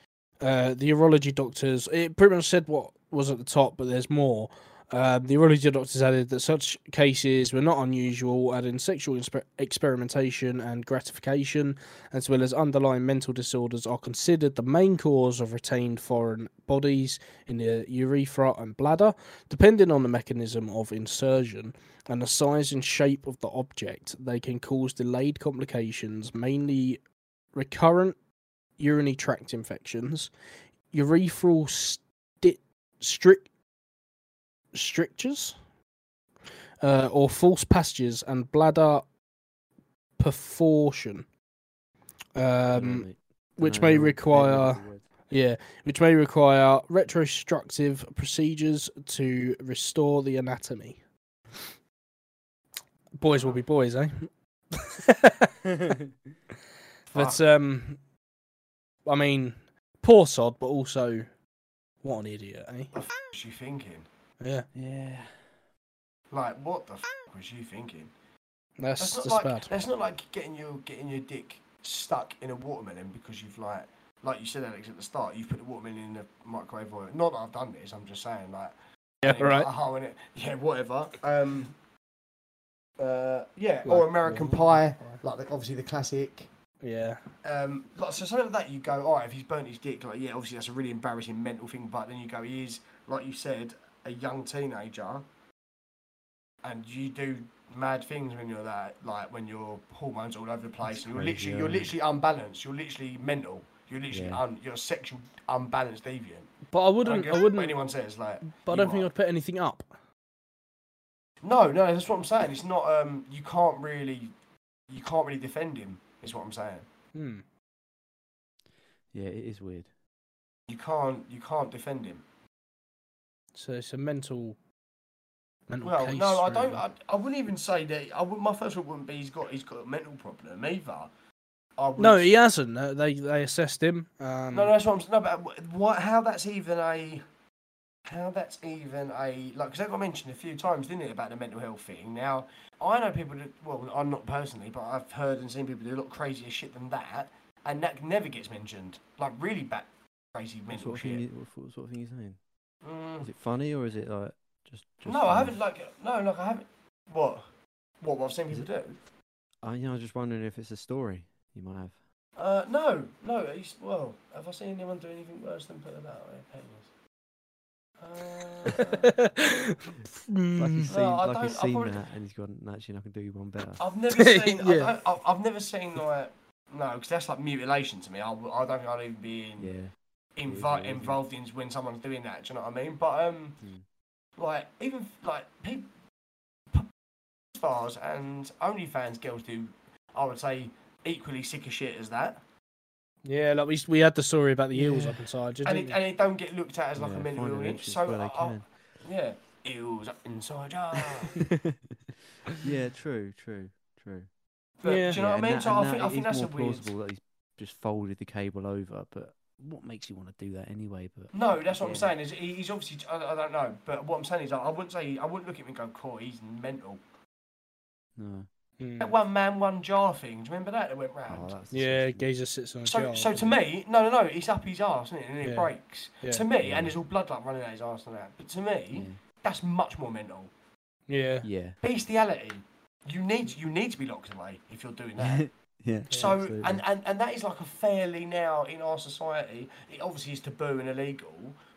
uh, the urology doctors. It pretty much said what was at the top, but there's more. Um, the urology doctors added that such cases were not unusual, adding sexual inspe- experimentation and gratification, as well as underlying mental disorders, are considered the main cause of retained foreign bodies in the urethra and bladder, depending on the mechanism of insertion and the size and shape of the object, they can cause delayed complications, mainly recurrent urinary tract infections, urethral sti- stric- strictures, uh, or false passages and bladder perforation, um,
Right.
which
Dunno,
may
I'll bet
require.
it would.
Yeah, which may require retrostructive procedures to restore the anatomy. Boys will be boys, eh?
Ah.
<laughs> but um, I mean, poor sod, but also what an idiot, eh?
<laughs> What the f- was you thinking?
Yeah,
Yeah.
Like, what the f- was you thinking?
that's
That's
that's,
not like
bad.
that's not like getting your getting your dick stuck in a watermelon because you've like like you said, Alex, at the start, you've put the watermelon in the microwave oil. Not that I've done this. I'm just saying, like.
Yeah, right.
Oh, and it, yeah, whatever. Um, uh, yeah,
Like,
or American
yeah.
Pie, like the, obviously the classic.
Yeah,
Um, like, so something like that, you go, all right, if he's burnt his dick, like yeah, obviously that's a really embarrassing mental thing. But then you go, he is, like you said, a young teenager, and you do mad things when you're that, like when your hormones all over the place,
That's
and you're
crazy,
literally,
yeah.
you're literally unbalanced, you're literally mental, you're literally,
Yeah.
un, you're a sexual unbalanced deviant.
but I
I don't
wouldn't.
care
I
what
wouldn't.
anyone says like.
But I
you
don't think
are.
I'd put anything up.
No, no, that's what I'm saying. It's not. Um, you can't really, you can't really defend him. Is what I'm saying.
Hmm.
Yeah, it is weird.
You can't. You can't defend him.
So it's a mental. mental
Well,
case,
no, I
really.
don't. I, I wouldn't even say that. I would, my first thought wouldn't be he's got he's got a mental problem either. I would-
No, he hasn't. Uh, They they assessed him. Um,
No, no, that's what I'm saying. No, but uh, what, how that's even a, how that's even a, like, because that got mentioned a few times, didn't it, about the mental health thing. Now, I know people that, well, I'm not personally, but I've heard and seen people do a lot crazier shit than that, and that never gets mentioned. Like, really bad, crazy
What
mental
sort, of
shit.
thing you, what sort- sort of thing you saying?
Mm,
Is it funny or is it like just? just
no, I
um,
haven't, like, no, like, I haven't, what? What, what I've seen
Is
people do?
I, yeah, I was just wondering if it's a story you might have.
Uh, no, no, it's, well, have I seen anyone do anything worse than put them out of
<laughs>
their penis? Uh,
Like
Mm.
he's
No,
seen,
I
like he's
don't- I
seen
probably-
that, and he's gone. "No, Actually, I can do you one better.
I've
<laughs>
never seen. I
Yeah.
don't, I've, I've never seen like no, because that's like mutilation to me. I, w- I don't think I'd even be in,
Yeah.
invi-
yeah.
involved in when someone's doing that. Do you know what I mean? But um,
Hmm.
like even like people, stars and OnlyFans girls do, I would say, equally sick of shit as that,
<laughs> Yeah, like we, we had the story about the eels
Yeah.
up inside. Didn't
and it,
we?
and it don't get looked at as like
yeah,
a mental
find an
illness.
entrance
So
where they
I, I, yeah, eels up inside.
<laughs>
Ah.
can.
uh.
<laughs> yeah. True. True. True.
But
Yeah.
do you know
Yeah,
what I
and
mean?
that-
so I
and
think
that
I
it
think
is
that's a
more
weird.
plausible that he's just folded the cable over. But what makes you want to do that anyway? But
No, that's what I'm
Yeah.
saying. Is he, he's obviously I, I don't know, but what I'm saying is like, I wouldn't say I wouldn't look at him and go, "Cool, he's mental."
no.
That
Mm.
one man, one jar thing. Do you remember that that went
Oh,
round?
that's
Yeah,
disgusting.
Gazer sits on a
so,
jar.
so to me, no, no, no, it's up his arse, isn't it? And it
Yeah.
breaks.
yeah.
To me,
Yeah.
and there's all blood like running out his arse and that. But to me,
Yeah.
that's much more mental.
yeah. <laughs>
<laughs>
Yeah.
Bestiality. You need you need to be locked away if you're doing that.
yeah.
So
absolutely.
and, and and that is like a fairly now in our society. It obviously is taboo and illegal,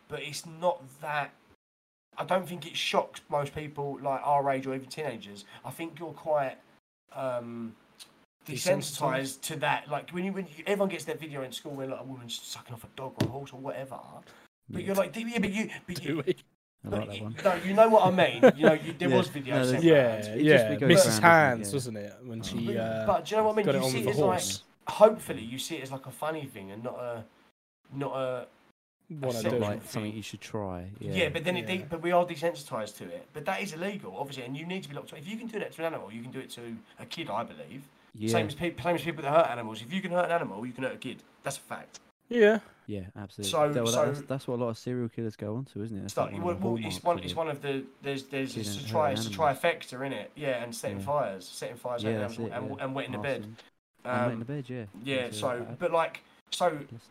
but it's not that. I don't think it shocks most people like our age or even teenagers. I think you're quite um, desensitized
Desensitized?
to that. Like when you when you, everyone gets that video in school where like a woman's sucking off a dog or a horse or whatever, but
Yeah.
you're like, yeah, but you, but
Do
you,
we?
I
but
like that
you-
one.
no, you know what I mean. You know, you, there
Yeah,
was video.
no,
sent
there's-
around.
Yeah,
It just
yeah.
goes round,
Mrs. Hands,
doesn't it? Yeah.
wasn't it? When
Oh.
she
But-
uh,
but do you know what I mean?
got it
you
on
see
with
it
the
as like
horse.
hopefully you see it as like a funny thing and not a not a
what I
said
do.
like- <laughs>
Like something you should try.
yeah,
Yeah.
but then it
Yeah.
de- but we are desensitized to it but that is illegal obviously and you need to be locked up if you can do that to an animal you can do it to a kid i believe
yeah.
same as people same as people that hurt animals if you can hurt an animal you can hurt a kid that's a fact
Yeah,
Yeah, absolutely.
So-
That- well, that- that's,
so-
that's what a lot of serial killers go on to, isn't it? That's
it's like,
like
well,
of the
well, it's
hallmarks
one
of
it's
it.
one of the there's there's
Kid
it's
and
a
hurt
try it's a
animals.
trifecta in it yeah and setting
Yeah.
fires setting fires
Yeah,
and,
that's
and,
it,
and,
yeah.
and wetting the bed
Arson. And wet in
Um,
the bed, yeah.
yeah
That's a
so
bad
but like so
adolescence.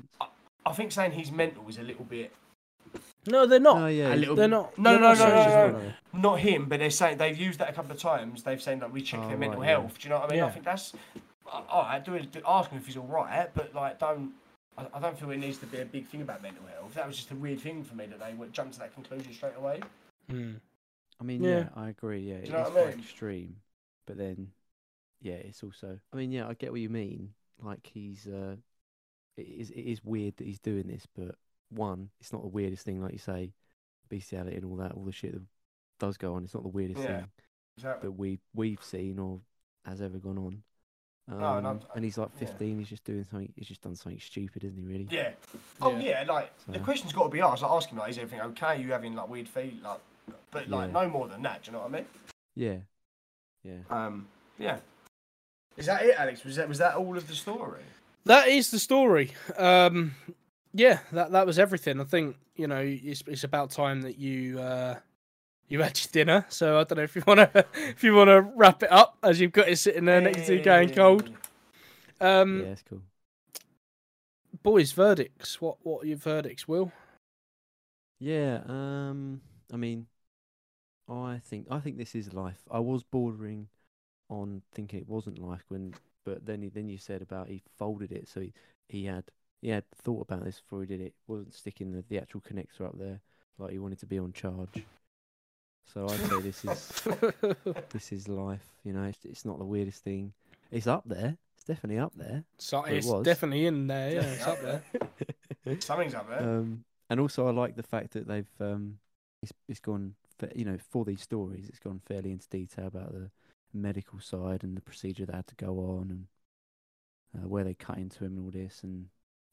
i think saying he's mental is a little bit
no, they're not.
No, Oh,
a
yeah.
little
They're
bit
not.
No,
they're
no,
not
no, no,
socially-
no, not him, but they're saying they've used that a couple of times. They've said that we check
Oh,
their mental
right, yeah.
health. Do you know what I mean? I
Yeah.
think that's all right. Do, do ask him if he's all right, but like don't. I, I don't feel it needs to be a big thing about mental health. That was just a weird thing for me that they would jump to that conclusion straight away.
Mm.
I mean, yeah.
Yeah.
I agree. Yeah, it's
know what I
quite
mean?
extreme, but then, yeah, it's also. I mean, yeah, I get what you mean. Like he's, uh, it is, it is weird that he's doing this, but one, it's not the weirdest thing, like you say, bestiality and all that, all the shit that does go on. It's not the weirdest
Yeah.
thing
Exactly.
that we we've seen or has ever gone on. Um,
No, and
and,
I-
he's like
yeah.
15. He's just doing something. He's just done something stupid, isn't he? Really?
Yeah. Oh yeah.
Yeah.
like the
So-
question's got to be asked. Like ask him like, is everything okay? you having like weird feet? Like, but like
Yeah.
no more than that. Do you know what I mean?
Yeah. Yeah.
Um. Yeah. Is that it, Alex? Was that was that all of the story?
That is the story. Um, yeah, that that was everything. I think you know it's it's about time that you uh, you had your dinner. So I don't know if you wanna <laughs> if you wanna wrap it up as you've got it sitting there next to you going cold. Um,
Yeah. That's cool.
boys, verdicts. What what are your verdicts, Will? <laughs>
Yeah, um I mean I think I think this is life. I was bordering on thinking it wasn't life when but then he, then you said about he folded it so he, he had he had thought about this before he did it. Wasn't sticking the, the actual connector up there like he wanted to be on charge. So I'd say
<laughs>
this is this is life, you know, it's, it's not the weirdest thing. It's up there. It's definitely up there.
so
it
it's
was.
definitely in there. Yeah, it's up there.
<laughs>
Something's up there.
Um, and also, I like the fact that they've um, it's it's gone fa- you know for these stories, it's gone fairly into detail about the medical side and the procedure that had to go on and uh, where they cut into him and all this, and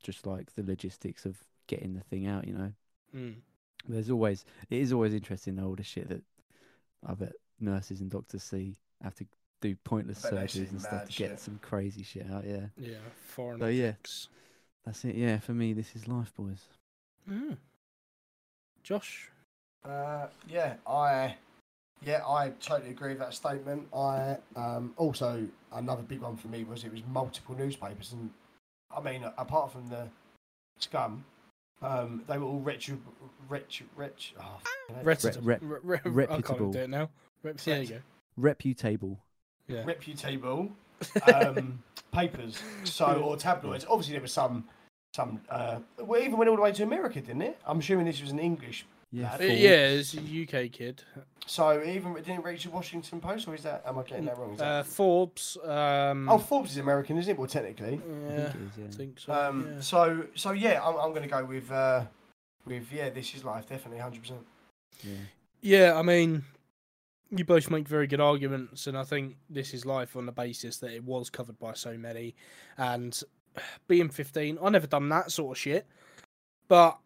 just like the logistics of getting the thing out. You know,
Mm.
there's always it is always interesting though, all the shit that I bet nurses and doctors see have to do pointless
Bet they see
surgeries and stuff
mad
to
shit.
get some crazy shit out. Yeah,
Yeah, foreign
So, yeah.
objects.
that's it. Yeah, for me, this is life, boys.
Mm. Josh,
Uh, yeah, I yeah, I totally agree with that statement. I um, also another big one for me was it was multiple newspapers, and I mean apart from the scum, um, they were all retro, retro, retro, oh, f-
reputable. <laughs>
rep-
I can't even
reputable.
do it now. Rep- there you go.
Reputable.
Yeah.
reputable um, <laughs> papers, so or tabloids. Obviously, there was some some. Uh, well, even went all the way to America, didn't it? I'm assuming this was an English.
Yeah,
Uh,
Uh,
fool.
yeah, it's a UK kid.
So it even didn't reach the Washington Post, or is that? Am I getting that wrong? Is that-
Uh, Forbes. Um,
oh, Forbes is American, isn't it? Well, technically.
I
yeah,
think it is, yeah.
I think so.
Um,
yeah.
So, so yeah, I'm, I'm going to go with, uh, with yeah, this is life, definitely, hundred percent.
yeah.
Yeah, I mean, you both make very good arguments, and I think this is life on the basis that it was covered by so many. And <sighs> being 15, I never done that sort of shit, but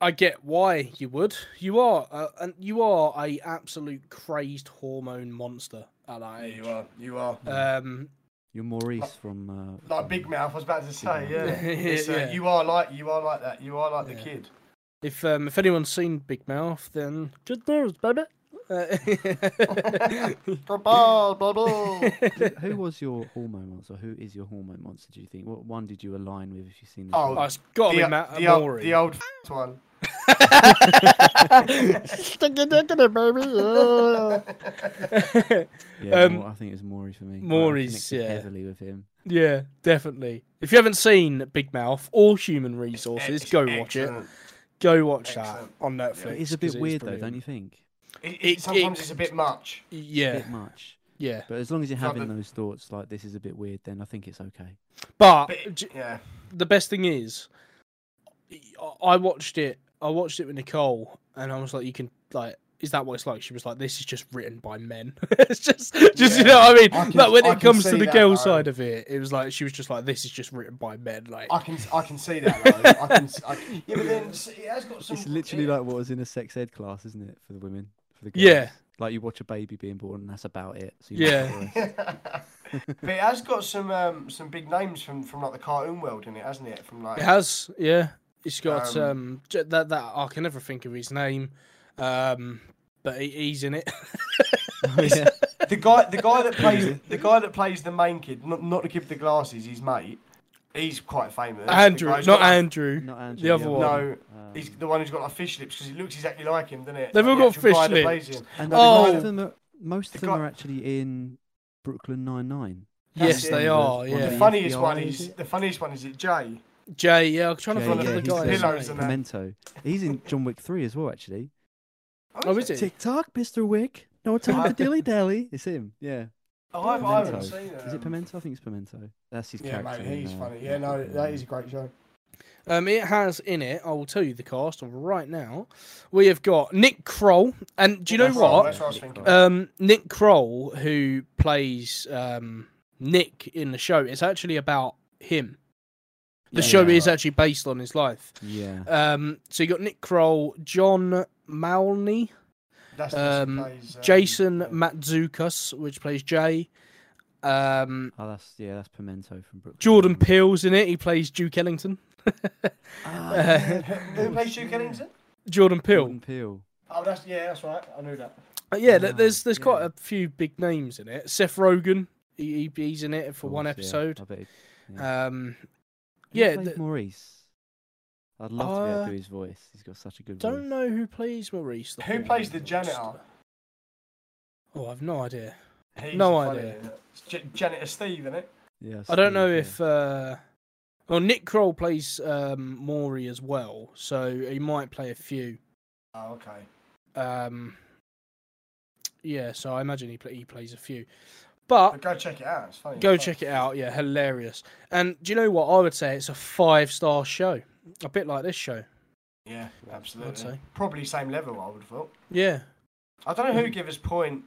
I get why you would. You are, uh, and you are a absolute crazed hormone monster at that age.
You are, you are.
Um,
You're Maurice from uh,
Like Big Mouth, I was <laughs> about to say, <laughs>
Mouth.
yeah. It's, uh,
Yeah.
You are like, you are like that. You are like
Yeah.
the kid.
if um, if anyone's seen Big Mouth, then good news, baby. Uh, <laughs>
Blah blah blah. <laughs> blah.
Who- who was your hormone monster? Who is your hormone monster? Do you think? What one did you align with? If you've seen this,
Oh,
Oh,
one?
it's got to be
the,
Matt
the, old,
Amori. <laughs>
the old <laughs> f- one.
Stick your dick in it, baby.
yeah,
um,
Maur- I think it was Maury for me. I
Maurice,
connected
yeah.
heavily with him.
yeah, definitely. If you haven't seen Big Mouth or Human Resources,
It's
go watch it.
excellent.
Go watch
Excellent.
that on Netflix.
It is a
'cause
bit weird though, don't
brilliant.
you think?
It, it,
It-
sometimes
it-
it's a bit much.
Yeah,
bit much.
yeah.
But as long as you're
From
having
the-
those thoughts, like this is a bit weird, then I think it's okay.
But
But it-
j-
yeah,
the best thing is, I- I watched it. I watched it with Nicole, and I was like, "You can like." Is that what it's like? She was like, "This is just written by men." <laughs> it's just, just you
Yeah.
know what I mean.
I can-
but when
I
it
can
comes to
see
the
that,
girl
though.
side of it, it was like she was just like, "This is just written by men." Like,
I can, I can see that. Though. I can, s- I, can- <laughs> yeah, but then s- it has got some.
It's literally
yeah.
like what was in a sex ed class, isn't it, for the women, for the girls?
Yeah.
Like you watch a baby being born, and that's about it. So
Yeah.
<laughs> but it has got some um, some big names from, from like the cartoon world in it, hasn't it? From like
It has, yeah. It's got um,
Um,
j- that that I can never think of his name, um, but he, he's in it.
<laughs> yeah.
the guy the guy
<laughs>
that plays the guy that plays the main kid, not not the kid with the glasses, his mate. He's quite famous. The
Andrew,
guy who's
not
got, like,
Andrew. Oh.
Not Andrew.
The other one.
No,
Um,
he's the one who's got like fish lips because he looks exactly like him, doesn't it?
They've
like,
all
the
got
actual guy
fish
that plays him.
And
The
Oh!
most
guy-
of them are, most of
the
them
guy-
are actually in Brooklyn Nine Nine.
yes,
That's
they
it.
are.
One of
Yeah,
The
Yeah.
funniest
Yeah.
one is the funniest one is it Jay.
Jay. Yeah, I'm trying to
Yeah,
find
yeah,
another
he's
guy.
the-
that's
Pillows
in
and
it.
that.
Memento. He's in John Wick Three as well, actually.
Oh, is it?
TikTok, Mr. Wick. No time for
<laughs> What?
dilly dally. It's him. Yeah.
Oh, I, I haven't
Memento.
seen it.
Is it Pimento? I think it's Pimento. That's his
Um, Yeah,
character.
mate,
in,
he's
uh,
funny. Yeah, no, that is a great show.
Um, it has in it. I will tell you the cast right now. We have got Nick Kroll, and do you know
That's
what?
That's what I was thinking.
um, Nick Kroll, who plays um, Nick in the show, it's actually about him. The
Yeah,
show
yeah.
is actually based on his life.
Yeah.
Um, so you got Nick Kroll, John Malney,
That's the
um,
plays, um,
Jason
yeah.
Matsukas, which plays Jay, um,
Oh, that's yeah, that's Pimento from Brooklyn.
Jordan
Nine-Nine.
Peele's in it. He plays Duke Ellington.
Ah,
Uh,
yeah.
<laughs> Who plays Duke Ellington?
Jordan Peele.
Jordan Peele.
Oh, that's yeah, that's right. I knew that.
Uh, yeah, th-
Ah,
there's there's quite
yeah.
a few big names in it. Seth Rogen, he, he- he's in it for one
Course, yeah,
episode.
I bet he-
Um,
Who
yeah,
plays
th-
Maurice. I'd love to be able
Uh,
to do his voice. He's got such a good
Don't
voice.
know who plays Maurice. The
Who
Hornet
plays the
Monster.
janitor?
Oh, I've no idea.
He's
No
the funny
idea.
one. It's J- janitor Steve, isn't it?
Yeah,
I don't
Steve,
know
yeah.
if. Uh... Well, Nick Kroll plays um, Maury as well, so he might play a few.
Oh, okay.
Um, yeah, so I imagine he, pla he plays a few. But
But go check it out. It's funny.
go check it out. Yeah, hilarious. And do you know what? I would say it's a five star show, a bit like this show.
Yeah, absolutely.
say.
Probably same level. I would have thought.
Yeah.
I don't know
Hmm.
who gave us point.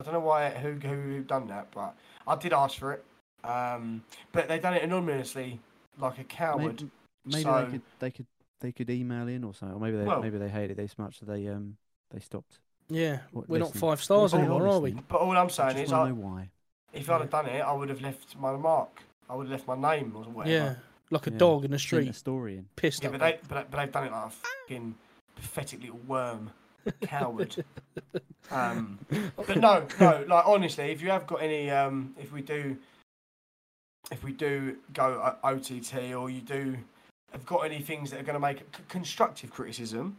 I don't know why who who, who done that, but I did ask for it. Um, but they done it anonymously, like a coward.
Maybe, maybe
So-
they could they could they could email in or something, or maybe they
Well-
maybe they hate it so much that they um they stopped.
Yeah.
What,
We're not
listen.
five stars
They are
anymore, are we?
listening.
But all I'm
I
saying
just
is,
want
I,
to know why.
If I'd have done it, I would have left my mark. I would have left my name or whatever.
Yeah, like a
Yeah.
dog in the
Sent a
street,
story in.
pissed
Yeah,
up.
but they but, but they've done it like a fucking pathetic little worm,
<laughs>
coward. um, but no, no, like honestly, if you have got any, um, if we do, if we do go uh, O- OTT or you do have got any things that are going to make c- constructive criticism,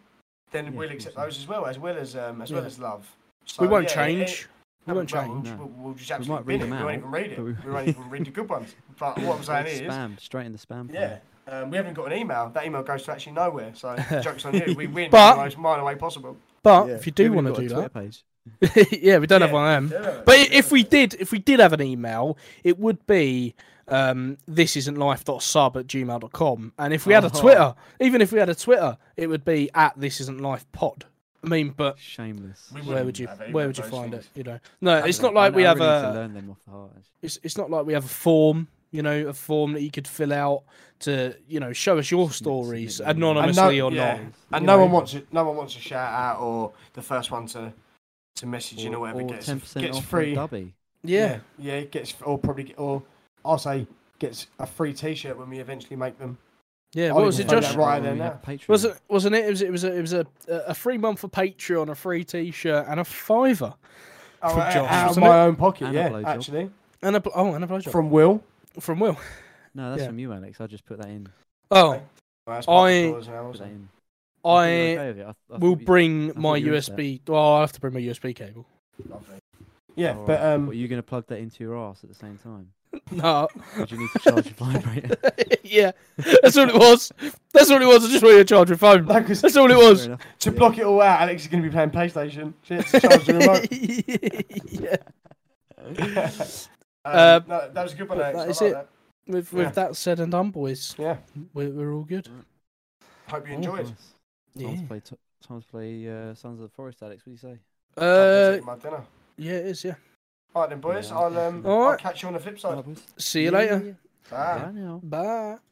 then
Yeah,
we'll
of
accept
course, yeah.
those as well, as well as um, as well
Yeah.
as love. So,
we won't
yeah, it-
change.
it-
we won't
well,
change.
We'll,
No.
we'll just
We
absolutely
might read
bin it.
them
we won't
out,
even read it.
but
We...
we-
won't even read the good
<laughs>
<laughs>
ones. But what I'm saying is,
spam straight in the spam.
yeah.
folder.
Um, we haven't got an email. That email goes to actually nowhere.
<laughs>
So jokes on you. We win
But-
in the most minor way possible.
But
Yeah.
if you
We
do
haven't
want to
got a
do
Twitter
that,
page.
<laughs> yeah, we don't have
Yeah,
one of them.
yeah,
But i-
yeah.
if we did, if we did have an email, it would be um, this isn't life.sub at gmail.com. And if we had a
Uh-huh.
Oh.
Twitter, even if we had a Twitter, it would be at this isn't life pod. I mean, but
Shameless.
We
where would
wouldn't
you
have any
where
of
would you
those
find
things.
it? You know, no,
I
it's not
don't know. I
like
know-
we
I
have
really need to
a
learn them off the heart. actually.
it's it's not like we have a form. You know, a form that you could fill out to you know show us your
Submit-
stories
submit them.
anonymously or
yeah.
not.
And no
You know.
one wants it. No one wants a shout out or the first one to to message in or whatever
Or
gets
ten percent
gets
off
free.
free. Dubby.
Yeah,
yeah, it gets or probably get, or I'll say gets a free T-shirt when we eventually make them.
yeah.
I
What
would
was it,
find
Josh?
that right there
Was it? Wasn't it? It was. It was a. It was a. A free month for Patreon, a free T-shirt, and a fiver.
Oh,
From
out-
Josh,
out of
wasn't
my
it?
own pocket,
And a
yeah,
blowjob.
actually,
And a. bl- Oh, and a blowjob from,
from Will.
from Will.
No, that's
Yeah.
from you, Alex. I just put that in.
<laughs> Oh,
Well, that's
I-
$5 now,
Put that
wasn't it?
in. thought you were
I
okay with it. I- I thought
will
you-
bring
thought
my
you were into that.
USB. Well, Oh, I'll have to bring my USB cable. <laughs>
Lovely. Yeah,
Alright.
but
What,
um, <laughs>
are you going to plug that into your ass at the same time?
No.
Would you need
<laughs>
to charge your vibrator?
<laughs> yeah, that's all it was. That's all it was. I just wanted to charge your phone.
no,
<laughs>
'cause
That's all it
Fair
was.
enough.
to block it all out, Alex is going to be playing PlayStation. She has to charge the
<laughs>
remote. <laughs>
<laughs> yeah.
Um,
Uh,
no, that was a good one.
but
Alex.
that
I
is
like
it.
That.
With with
Yeah.
that said and done, boys,
Yeah,
we're, we're all good.
hope you
Oh,
enjoyed.
nice.
Yeah.
Time to play, t- time to play uh, Sons of the Forest, Alex. What do you say?
Uh,
my dinner.
yeah, it is. Yeah.
All right then, boys.
Yeah,
I'll um,
definitely.
I'll
Alright.
catch you on the flip side.
Alright, boys.
See you
Yeah,
later.
yeah, yeah.
Bye.
Bye now.
Bye.